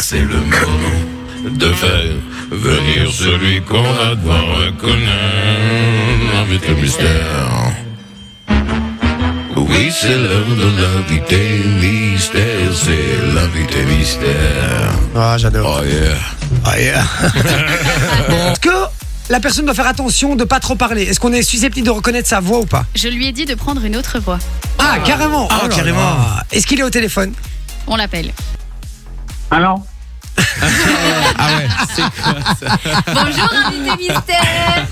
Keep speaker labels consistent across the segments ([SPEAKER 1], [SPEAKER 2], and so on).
[SPEAKER 1] c'est le moment de faire venir celui qu'on a devant reconnaître. Invite le mystère. Oui, c'est l'heure de l'invité mystère, c'est l'invité mystère.
[SPEAKER 2] Ah, j'adore.
[SPEAKER 1] Oh yeah.
[SPEAKER 2] Ah, yeah. Bon. Est-ce que la personne doit faire attention de pas trop parler Est-ce qu'on est susceptible de reconnaître sa voix ou pas
[SPEAKER 3] Je lui ai dit de prendre une autre voix.
[SPEAKER 2] Ah, carrément.
[SPEAKER 4] Ah,
[SPEAKER 2] Oh là
[SPEAKER 4] carrément.
[SPEAKER 2] là. Est-ce qu'il est au téléphone
[SPEAKER 3] On l'appelle.
[SPEAKER 5] Alors
[SPEAKER 4] Ah ouais.
[SPEAKER 3] Bonjour, invité mystère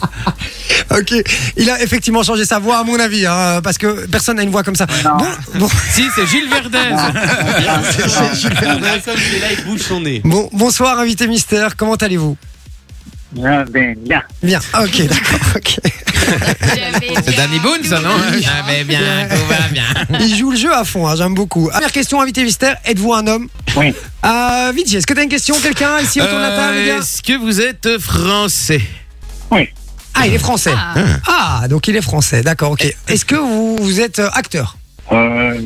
[SPEAKER 2] Ok. Il a effectivement changé sa voix, à mon avis, hein, parce que personne n'a une voix comme ça. Bon, bon,
[SPEAKER 4] si, c'est Gilles Verdez.
[SPEAKER 2] c'est Gilles
[SPEAKER 4] Verdez. il est là, il bouge son nez.
[SPEAKER 2] bon, bonsoir, invité mystère. Comment allez-vous
[SPEAKER 5] Je vais Ah, ben, là.
[SPEAKER 2] Bien. Ok, d'accord. ok.
[SPEAKER 4] C'est Danny Boone, ça, non Ah, Ça va bien, tout va bien.
[SPEAKER 2] Il joue le jeu à fond. hein, J'aime beaucoup. Première question, invité mystère. Êtes-vous un homme
[SPEAKER 5] Oui.
[SPEAKER 2] Euh, Vijay, est-ce que t'as une question Quelqu'un ici autour de la table, les
[SPEAKER 4] Euh,
[SPEAKER 2] gars
[SPEAKER 4] Est-ce que vous êtes français
[SPEAKER 2] Ah, il est français.
[SPEAKER 3] Ah.
[SPEAKER 2] Ah, donc il est français, d'accord, ok. Est-ce que vous, vous êtes euh, acteur
[SPEAKER 5] Euh,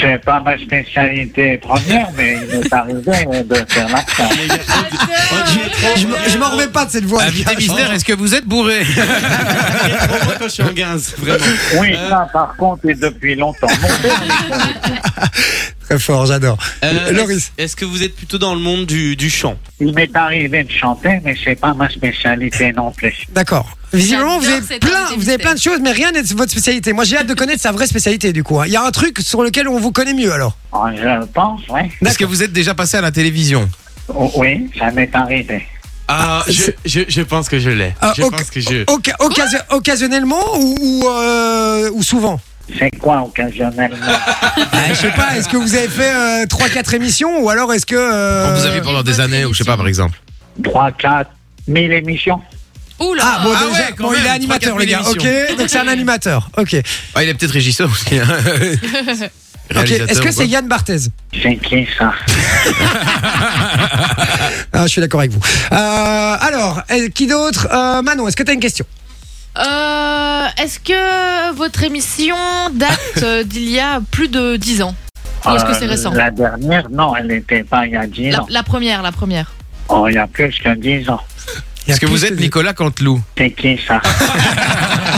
[SPEAKER 5] c'est pas ma spécialité première, mais il m'est arrivé euh, de faire l'accent.
[SPEAKER 2] Ah, Je, m- je m'en remets pas de cette voix. les
[SPEAKER 4] Invité
[SPEAKER 2] gars.
[SPEAKER 4] mystère, est-ce que vous êtes bourré Quand je suis en gaz, vraiment.
[SPEAKER 6] Euh,
[SPEAKER 5] Oui,
[SPEAKER 7] Euh.
[SPEAKER 5] ça, par contre, et depuis longtemps. Mon père,
[SPEAKER 2] Très fort, j'adore.
[SPEAKER 6] Euh,
[SPEAKER 2] Loris.
[SPEAKER 6] Est-ce est-ce que vous êtes plutôt dans le monde du, du chant
[SPEAKER 5] il m'est arrivé de chanter, mais c'est pas ma spécialité non plus.
[SPEAKER 2] D'accord. Visiblement, vous
[SPEAKER 3] J'adore
[SPEAKER 2] avez,
[SPEAKER 3] cette
[SPEAKER 2] plein,
[SPEAKER 3] invité
[SPEAKER 2] vous avez plein de choses, mais rien n'est de votre spécialité. Moi, j'ai hâte de connaître sa vraie spécialité, du coup. hein. Il y a un truc sur lequel on vous connaît mieux, alors.
[SPEAKER 5] Oh, Je pense, oui.
[SPEAKER 4] Est-ce que vous êtes déjà passé à la télévision
[SPEAKER 5] Oh, Oui, ça m'est arrivé.
[SPEAKER 6] Ah, je,
[SPEAKER 2] c'est-
[SPEAKER 6] je, je pense que je l'ai.
[SPEAKER 2] Ah,
[SPEAKER 6] je
[SPEAKER 2] ok.
[SPEAKER 6] pense que je.
[SPEAKER 2] Oca- occasio- occasionnellement ou, ou, euh, ou souvent
[SPEAKER 5] C'est quoi occasionnellement
[SPEAKER 4] Ah,
[SPEAKER 2] Je sais pas, est-ce que vous avez fait 3-4 émissions ou alors est-ce que. euh,
[SPEAKER 4] On vous a vu pendant des années, ou je sais pas, par exemple.
[SPEAKER 5] 3, 4, 1000 émissions
[SPEAKER 3] Oula
[SPEAKER 2] Ah, bon,
[SPEAKER 4] Ah
[SPEAKER 2] déjà,
[SPEAKER 4] ouais, quand
[SPEAKER 2] bon, il est
[SPEAKER 4] même,
[SPEAKER 2] animateur,
[SPEAKER 4] 3-4
[SPEAKER 2] les gars. Ok,
[SPEAKER 4] émissions.
[SPEAKER 2] donc c'est un animateur. Ok.
[SPEAKER 4] Ah, il est peut-être régisseur aussi. hein.
[SPEAKER 2] Ok,
[SPEAKER 4] Réalisateur
[SPEAKER 2] Est-ce que
[SPEAKER 4] ou quoi
[SPEAKER 2] c'est Yann Barthez
[SPEAKER 5] C'est qui ça
[SPEAKER 2] Ah, je suis d'accord avec vous. Euh, alors, euh, qui d'autre Euh, Manon, est-ce que tu as une question
[SPEAKER 7] Euh, Est-ce que votre émission date euh, d'il y a plus de 10 ans Ou est-ce que c'est
[SPEAKER 5] Euh,
[SPEAKER 7] récent
[SPEAKER 5] La dernière, non, elle n'était pas il y a 10
[SPEAKER 7] la,
[SPEAKER 5] ans.
[SPEAKER 7] la première, la première.
[SPEAKER 5] Oh, il y a plus que 10 ans.
[SPEAKER 4] Est-ce que vous êtes Nicolas Canteloup
[SPEAKER 5] C'est qui ça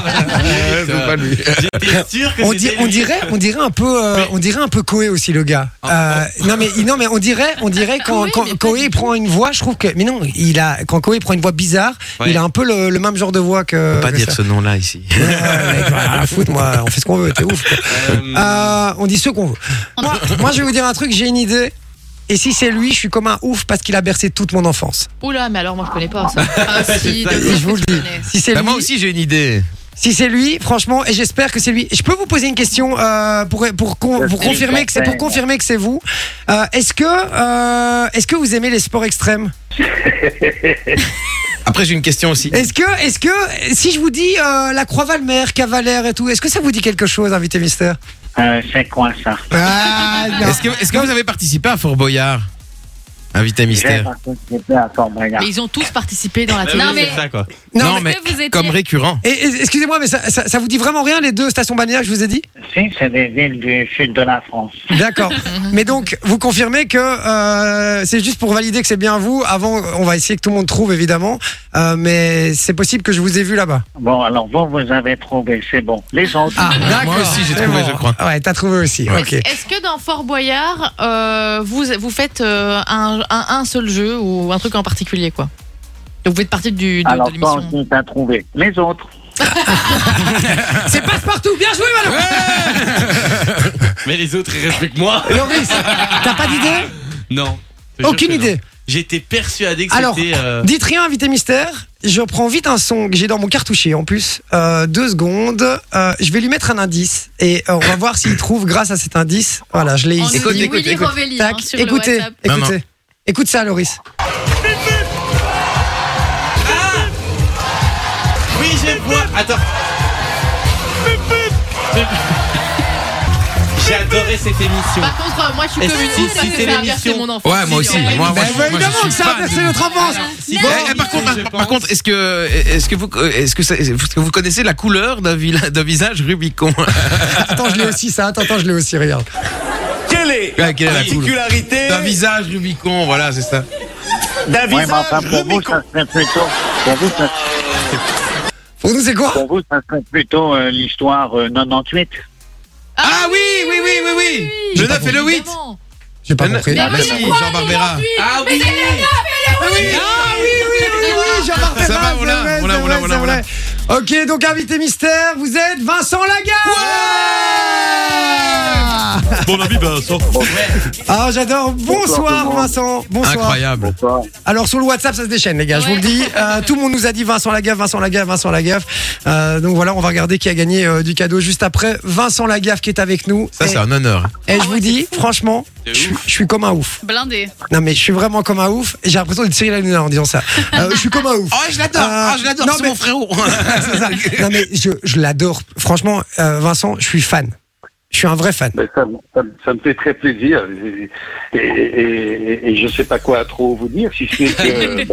[SPEAKER 4] Euh, faut pas lui.
[SPEAKER 6] J'étais sûr que
[SPEAKER 2] on, di-
[SPEAKER 6] c'était
[SPEAKER 2] on
[SPEAKER 6] lui.
[SPEAKER 2] dirait, on dirait un peu, euh, on dirait un peu Coé aussi le gars.
[SPEAKER 4] Ah,
[SPEAKER 2] Euh, non mais non mais on dirait, on dirait quand,
[SPEAKER 7] Oui,
[SPEAKER 2] quand
[SPEAKER 7] Ah, mais pas
[SPEAKER 2] Coé
[SPEAKER 7] du tout.
[SPEAKER 2] prend une voix, je trouve que mais non, il a quand Coé prend une voix bizarre,
[SPEAKER 6] Ouais.
[SPEAKER 2] il a un peu le, le même genre de voix que.
[SPEAKER 4] Faut pas
[SPEAKER 2] que
[SPEAKER 4] dire
[SPEAKER 2] ça.
[SPEAKER 4] ce nom-là ici.
[SPEAKER 2] Ouais, mec, j'en ai rien à foutre, moi, on fait ce qu'on veut, t'es ouf. quoi.
[SPEAKER 6] Euh,
[SPEAKER 2] Euh, on dit ce qu'on veut. Moi, moi, je vais vous dire un truc, j'ai une idée. Et si c'est lui, je suis comme un ouf parce qu'il a bercé toute mon enfance.
[SPEAKER 7] Oula, mais alors moi je connais pas ça. Ah si,
[SPEAKER 6] ça,
[SPEAKER 7] de-
[SPEAKER 2] Et je vous le dis. Si c'est
[SPEAKER 4] Bah,
[SPEAKER 2] lui,
[SPEAKER 4] moi aussi, j'ai une idée.
[SPEAKER 2] Si c'est lui, franchement, et j'espère que c'est lui. Je peux vous poser une question euh, pour pour con- pour
[SPEAKER 5] Oui,
[SPEAKER 2] confirmer que c'est pour
[SPEAKER 5] certainement.
[SPEAKER 2] confirmer que c'est vous. Euh, est-ce que euh, est-ce que vous aimez les sports extrêmes
[SPEAKER 4] Après, j'ai une question aussi.
[SPEAKER 2] Est-ce que est-ce que si je vous dis euh, la Croix Valmer, Cavalaire et tout, est-ce que ça vous dit quelque chose, invité mystère
[SPEAKER 5] Euh, C'est quoi ça
[SPEAKER 2] Ah non.
[SPEAKER 4] Est-ce que, est-ce que vous avez participé à Fort Boyard Invité
[SPEAKER 5] J'ai
[SPEAKER 4] mystère.
[SPEAKER 5] participé à Fort Boyard.
[SPEAKER 7] Mais ils ont tous participé dans la télé.
[SPEAKER 3] Non, mais-
[SPEAKER 6] c'est ça, quoi.
[SPEAKER 2] Non,
[SPEAKER 4] Non,
[SPEAKER 3] mais
[SPEAKER 4] mais
[SPEAKER 3] est-ce que vous étiez-
[SPEAKER 4] comme récurrent.
[SPEAKER 2] Et- et- excusez-moi, mais ça, ça, ça vous dit vraiment rien les deux stations balnéaires que je vous ai dit
[SPEAKER 5] Si, c'est des villes du sud de la France.
[SPEAKER 2] D'accord. mais donc, vous confirmez que euh, c'est juste pour valider que c'est bien vous. Avant, on va essayer que tout le monde trouve évidemment, Euh, mais c'est possible que je vous ai vu là-bas.
[SPEAKER 5] Bon, alors vous, vous avez trouvé, c'est bon. Les autres,
[SPEAKER 2] Ah, d'accord.
[SPEAKER 4] Moi aussi, j'ai
[SPEAKER 2] C'est
[SPEAKER 4] trouvé,
[SPEAKER 2] bon.
[SPEAKER 4] je crois.
[SPEAKER 2] Ouais, t'as trouvé aussi.
[SPEAKER 4] Ouais.
[SPEAKER 2] Ok.
[SPEAKER 7] Est-ce que dans Fort Boyard, euh, vous, vous faites euh, un, un, un seul jeu ou un truc en particulier quoi Donc vous êtes partie du, de,
[SPEAKER 5] alors
[SPEAKER 7] de
[SPEAKER 5] toi
[SPEAKER 7] l'émission.
[SPEAKER 5] aussi, t'as trouvé. Les autres,
[SPEAKER 2] C'est passe-partout. Bien joué, Manon.
[SPEAKER 6] Mais les autres, ils respectent moi
[SPEAKER 2] Loris, t'as pas d'idée
[SPEAKER 6] Non. Je te jure
[SPEAKER 2] Aucune
[SPEAKER 6] que non.
[SPEAKER 2] idée.
[SPEAKER 6] J'étais persuadé que
[SPEAKER 2] Alors,
[SPEAKER 6] c'était. euh,
[SPEAKER 2] Dites rien, invité mystère. Je prends vite un son que j'ai dans mon cartouchier en plus. Euh, deux secondes. Euh, je vais lui mettre un indice et euh, on va voir s'il trouve grâce à cet indice. Voilà, je l'ai
[SPEAKER 3] On
[SPEAKER 2] ici.
[SPEAKER 3] nous
[SPEAKER 4] Écoute,
[SPEAKER 3] dit
[SPEAKER 4] écoute,
[SPEAKER 3] Willy
[SPEAKER 4] écoute.
[SPEAKER 3] Rovelli hein,
[SPEAKER 2] Tac,
[SPEAKER 3] sur le
[SPEAKER 2] écoutez,
[SPEAKER 3] WhatsApp.
[SPEAKER 2] écoutez.
[SPEAKER 4] Non, Ah, non.
[SPEAKER 2] Écoute ça, Loris.
[SPEAKER 6] Oui, je vois. Attends. J'ai adoré cette émission.
[SPEAKER 7] Par contre, euh, moi je suis
[SPEAKER 6] Est-ce
[SPEAKER 7] communiste
[SPEAKER 6] que
[SPEAKER 7] parce
[SPEAKER 6] si
[SPEAKER 7] que
[SPEAKER 6] c'est
[SPEAKER 7] ça a bercé
[SPEAKER 6] l'émission-
[SPEAKER 7] mon enfant.
[SPEAKER 4] Ouais, moi aussi.
[SPEAKER 7] Ouais.
[SPEAKER 4] Moi,
[SPEAKER 2] Bah,
[SPEAKER 4] je-
[SPEAKER 2] bah,
[SPEAKER 4] je
[SPEAKER 2] évidemment
[SPEAKER 4] suis
[SPEAKER 2] que ça a
[SPEAKER 4] fan.
[SPEAKER 2] percé notre enfance. bah,
[SPEAKER 4] Eh,
[SPEAKER 3] Non,
[SPEAKER 4] eh, par contre,
[SPEAKER 6] je
[SPEAKER 4] par, par
[SPEAKER 6] pense.
[SPEAKER 4] contre, est-ce que, est-ce que vous, est-ce que, ça- est-ce que vous connaissez la couleur d'un vil- d'un visage Rubicon
[SPEAKER 2] Attends, je l'ai aussi ça. Attends, attends, je l'ai aussi. Regarde.
[SPEAKER 6] Quel est
[SPEAKER 8] trouver
[SPEAKER 4] Ah, quelle est la
[SPEAKER 8] la
[SPEAKER 4] poule
[SPEAKER 8] particularité
[SPEAKER 4] D'un visage Rubicon, voilà, c'est ça.
[SPEAKER 8] d'un
[SPEAKER 5] Ouais, mais
[SPEAKER 8] visage
[SPEAKER 5] enfin, pour vous,
[SPEAKER 8] Rubicon.
[SPEAKER 5] ça serait plutôt, pour vous, ça,
[SPEAKER 2] Pour nous, c'est quoi
[SPEAKER 5] pour vous, ça serait plutôt euh, l'histoire euh, 98.
[SPEAKER 4] Ah oui, oui, oui, oui, oui. Le 9 et le 8.
[SPEAKER 7] Évidemment.
[SPEAKER 2] J'ai pas
[SPEAKER 4] Le-
[SPEAKER 2] compris.
[SPEAKER 4] Ah,
[SPEAKER 2] Ah
[SPEAKER 4] bah si, Jean Barbera.
[SPEAKER 6] Ah oui
[SPEAKER 2] oui, ah oui, oui, oui, oui, Jean-Marc
[SPEAKER 4] Ça
[SPEAKER 2] Ferrat,
[SPEAKER 4] va, on
[SPEAKER 2] c'est
[SPEAKER 4] l'a,
[SPEAKER 2] vrai,
[SPEAKER 4] on l'a,
[SPEAKER 2] c'est
[SPEAKER 4] on l'a,
[SPEAKER 2] vrai,
[SPEAKER 4] on l'a,
[SPEAKER 2] c'est
[SPEAKER 4] on l'a.
[SPEAKER 2] vrai. Ok, donc invité mystère, vous êtes Vincent Lagarde
[SPEAKER 1] Bon avis, Vincent.
[SPEAKER 2] Ah, j'adore.
[SPEAKER 5] Bonsoir,
[SPEAKER 2] Bonsoir,
[SPEAKER 5] Thomas.
[SPEAKER 2] Vincent. Bonsoir.
[SPEAKER 4] Incroyable.
[SPEAKER 5] Pourquoi
[SPEAKER 2] Alors sur le WhatsApp, ça se déchaîne, les gars. Je vous
[SPEAKER 3] Ouais.
[SPEAKER 2] le dis. Euh, tout le monde nous a dit Vincent Lagaffe, Vincent Lagaffe, Vincent Lagaffe. Euh, donc voilà, on va regarder qui a gagné euh, du cadeau juste après. Vincent Lagaffe qui est avec nous.
[SPEAKER 4] Ça,
[SPEAKER 2] et,
[SPEAKER 4] c'est un honneur.
[SPEAKER 2] et je vous dis, franchement,
[SPEAKER 6] De
[SPEAKER 2] je je suis comme un ouf.
[SPEAKER 7] Ah.
[SPEAKER 3] Blindé.
[SPEAKER 2] Non mais je suis vraiment comme un ouf. J'ai l'impression d'être Cyril Hanouna en disant ça. Euh, je suis comme un ouf.
[SPEAKER 4] Oh, je l'adore.
[SPEAKER 2] Euh,
[SPEAKER 4] oh, je l'adore.
[SPEAKER 2] non,
[SPEAKER 4] C'est
[SPEAKER 2] mais-
[SPEAKER 4] mon frérot.
[SPEAKER 2] C'est ça. Non mais je, je l'adore. Franchement, euh, Vincent, je suis fan. Je suis un vrai fan.
[SPEAKER 9] Ben, ça, me- ça me- ça me fait très plaisir et, et, et- et je sais pas quoi trop vous dire si c'est que,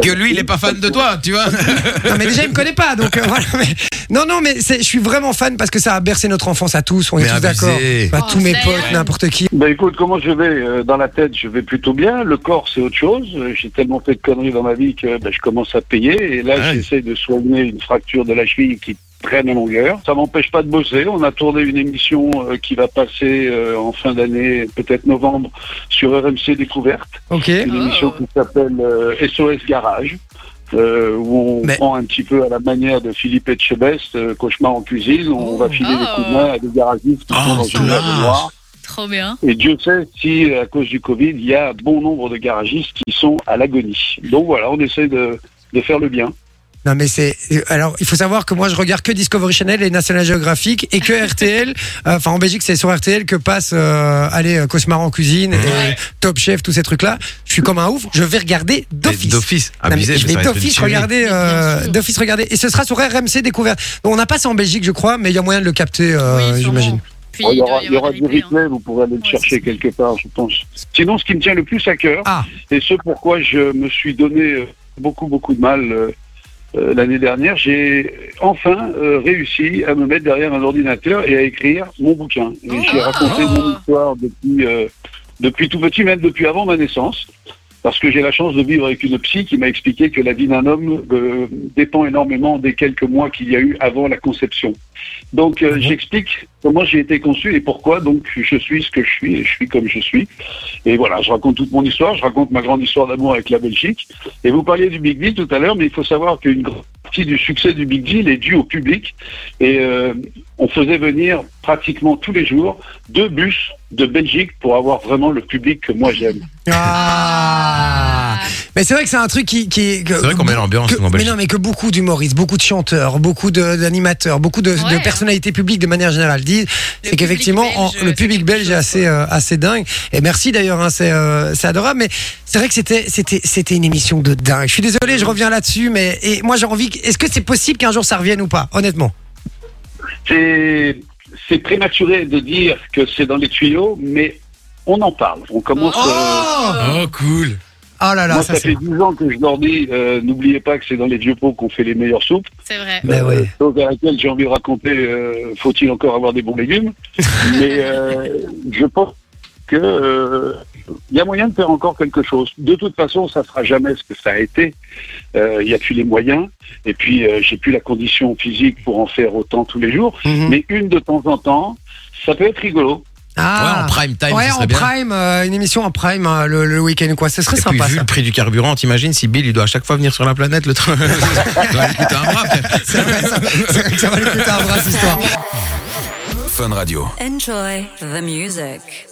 [SPEAKER 4] que lui, il est pas fan de toi, tu vois.
[SPEAKER 2] Non, mais déjà, il me connaît pas. Donc, euh, voilà, mais- Non, non, mais c'est- je suis vraiment fan parce que ça a bercé notre enfance à tous. On est
[SPEAKER 4] Mais
[SPEAKER 2] tous d'accord.
[SPEAKER 4] abusé.
[SPEAKER 2] Bah,
[SPEAKER 3] Oh,
[SPEAKER 2] tous mes
[SPEAKER 3] ça y est.
[SPEAKER 2] potes, n'importe qui.
[SPEAKER 9] Ben écoute, comment je vais euh, dans la tête Je vais plutôt bien. Le corps, c'est autre chose. Euh, J'ai tellement fait de conneries dans ma vie que ben, je commence à payer. Et là,
[SPEAKER 1] Ouais.
[SPEAKER 9] j'essaie de soigner une fracture de la cheville qui traîne en longueur. Ça m'empêche pas de bosser. On a tourné une émission euh, qui va passer euh, en fin d'année, peut-être novembre, sur RMC Découverte.
[SPEAKER 2] Ok.
[SPEAKER 9] une
[SPEAKER 3] Oh.
[SPEAKER 9] émission qui s'appelle euh, SOS Garage. euh, où on
[SPEAKER 2] Mais-
[SPEAKER 9] prend un petit peu à la manière de Philippe Etchebest, euh, cauchemar en cuisine, on va filer
[SPEAKER 3] Oh.
[SPEAKER 9] des coups de main à des garagistes qui
[SPEAKER 2] Ah,
[SPEAKER 4] Oh,
[SPEAKER 9] sont dans
[SPEAKER 4] ça
[SPEAKER 9] une
[SPEAKER 4] va.
[SPEAKER 9] lave noire.
[SPEAKER 3] Trop bien.
[SPEAKER 9] Et Dieu sait si, euh, à cause du Covid, il y a bon nombre de garagistes qui sont à l'agonie. Donc voilà, on essaie de, de faire le bien.
[SPEAKER 2] Non, mais c'est. Alors, il faut savoir que moi, je regarde que Discovery Channel et National Geographic et que RTL. euh, Enfin, en Belgique, c'est sur RTL que passe. Euh, allez, euh, Cosmar en cuisine, et Top Chef, tous ces trucs-là. Je suis comme un ouf. Je vais regarder
[SPEAKER 4] Mais
[SPEAKER 2] d'office.
[SPEAKER 4] D'office.
[SPEAKER 2] Non, mais
[SPEAKER 4] Abusé. mais
[SPEAKER 2] je vais
[SPEAKER 4] ça va être une
[SPEAKER 2] d'office
[SPEAKER 4] tuerie.
[SPEAKER 2] regarder, euh,
[SPEAKER 7] sûr.
[SPEAKER 2] d'office regarder, et ce sera sur RMC découverte. Donc, on n'a pas ça en Belgique, je crois, mais il y a moyen de le capter, euh,
[SPEAKER 3] Oui, sûrement.
[SPEAKER 2] j'imagine.
[SPEAKER 3] Puis
[SPEAKER 9] Oh, il y aura,
[SPEAKER 3] doit
[SPEAKER 9] il y aura
[SPEAKER 3] des
[SPEAKER 9] du
[SPEAKER 3] replays, hein.
[SPEAKER 9] replay, vous pourrez aller le
[SPEAKER 3] Ouais,
[SPEAKER 9] chercher
[SPEAKER 3] c'est ça.
[SPEAKER 9] quelque part, je pense. Sinon, ce qui me tient le plus à cœur,
[SPEAKER 2] Ah.
[SPEAKER 9] et ce pourquoi je me suis donné euh, beaucoup, beaucoup de mal euh, euh, l'année dernière, j'ai enfin euh, réussi à me mettre derrière un ordinateur et à écrire mon bouquin. Et J'ai raconté mon histoire depuis, euh, depuis tout petit, même depuis avant ma naissance. Parce que j'ai la chance de vivre avec une psy qui m'a expliqué que la vie d'un homme euh, dépend énormément des quelques mois qu'il y a eu avant la conception. Donc euh, j'explique comment j'ai été conçu et pourquoi donc je suis ce que je suis et je suis comme je suis. Et voilà, je raconte toute mon histoire, je raconte ma grande histoire d'amour avec la Belgique. Et vous parliez du Big Deal tout à l'heure, mais il faut savoir qu'une grande partie du succès du Big Deal est due au public. Et euh, on faisait venir pratiquement tous les jours deux bus de Belgique pour avoir vraiment le public que moi j'aime.
[SPEAKER 2] Ah. Mais c'est vrai que c'est un truc qui. qui
[SPEAKER 4] Oh, C'est vrai qu'on met l'ambiance
[SPEAKER 2] que-
[SPEAKER 4] nous, en
[SPEAKER 2] mais
[SPEAKER 4] Belgique.
[SPEAKER 2] non, mais que beaucoup d'humoristes, beaucoup de chanteurs, beaucoup de- d'animateurs, beaucoup de, de
[SPEAKER 3] Ouais.
[SPEAKER 2] personnalités publiques de manière générale disent, c'est
[SPEAKER 3] public
[SPEAKER 2] qu'effectivement,
[SPEAKER 3] belge,
[SPEAKER 2] en-
[SPEAKER 3] c'est
[SPEAKER 2] le
[SPEAKER 3] quelque
[SPEAKER 2] public belge est
[SPEAKER 3] chose,
[SPEAKER 2] assez, euh, assez dingue. Et merci d'ailleurs, hein, c'est euh, c'est adorable. Mais c'est vrai que c'était c'était c'était une émission de dingue. Je suis désolé, je reviens là-dessus, mais et moi j'ai envie. que- Est-ce que c'est possible qu'un jour ça revienne ou pas Honnêtement.
[SPEAKER 9] C'est c'est prématuré de dire que c'est dans les tuyaux, mais on en parle. On commence. euh,
[SPEAKER 1] Oh, cool.
[SPEAKER 2] Oh là là,
[SPEAKER 9] Moi,
[SPEAKER 2] ça
[SPEAKER 9] ça
[SPEAKER 2] c'est.
[SPEAKER 9] fait 10 ans que je leur dis, euh, n'oubliez pas que c'est dans les vieux pots qu'on fait les meilleures soupes.
[SPEAKER 3] C'est vrai.
[SPEAKER 9] Bah
[SPEAKER 2] Mais ouais.
[SPEAKER 9] Euh, Chose à laquelle j'ai envie de raconter, euh, faut-il encore avoir des bons légumes Mais euh, je pense que euh, il y a moyen de faire encore quelque chose. De toute façon, ça sera jamais ce que ça a été. Euh, Il y a plus les moyens, et puis euh, j'ai plus la condition physique pour en faire autant tous les jours.
[SPEAKER 2] Mhm.
[SPEAKER 9] Mais une de temps en temps, ça peut être rigolo.
[SPEAKER 4] Ouais, en
[SPEAKER 2] Ah.
[SPEAKER 4] prime time,
[SPEAKER 2] Ouais,
[SPEAKER 4] ce
[SPEAKER 2] en
[SPEAKER 4] serait bien.
[SPEAKER 2] prime, euh, une émission en prime hein, le, le week-end ou quoi, ce serait
[SPEAKER 4] Et puis,
[SPEAKER 2] sympa.
[SPEAKER 4] vu
[SPEAKER 2] ça.
[SPEAKER 4] le prix du carburant, t'imagines si Bill, il doit à chaque fois venir sur la planète, le train. Ça doit lui coûter un bras, frère.
[SPEAKER 2] C'est vrai, ça, c'est vrai que ça va lui coûter un bras, cette histoire.
[SPEAKER 10] Enjoy the music.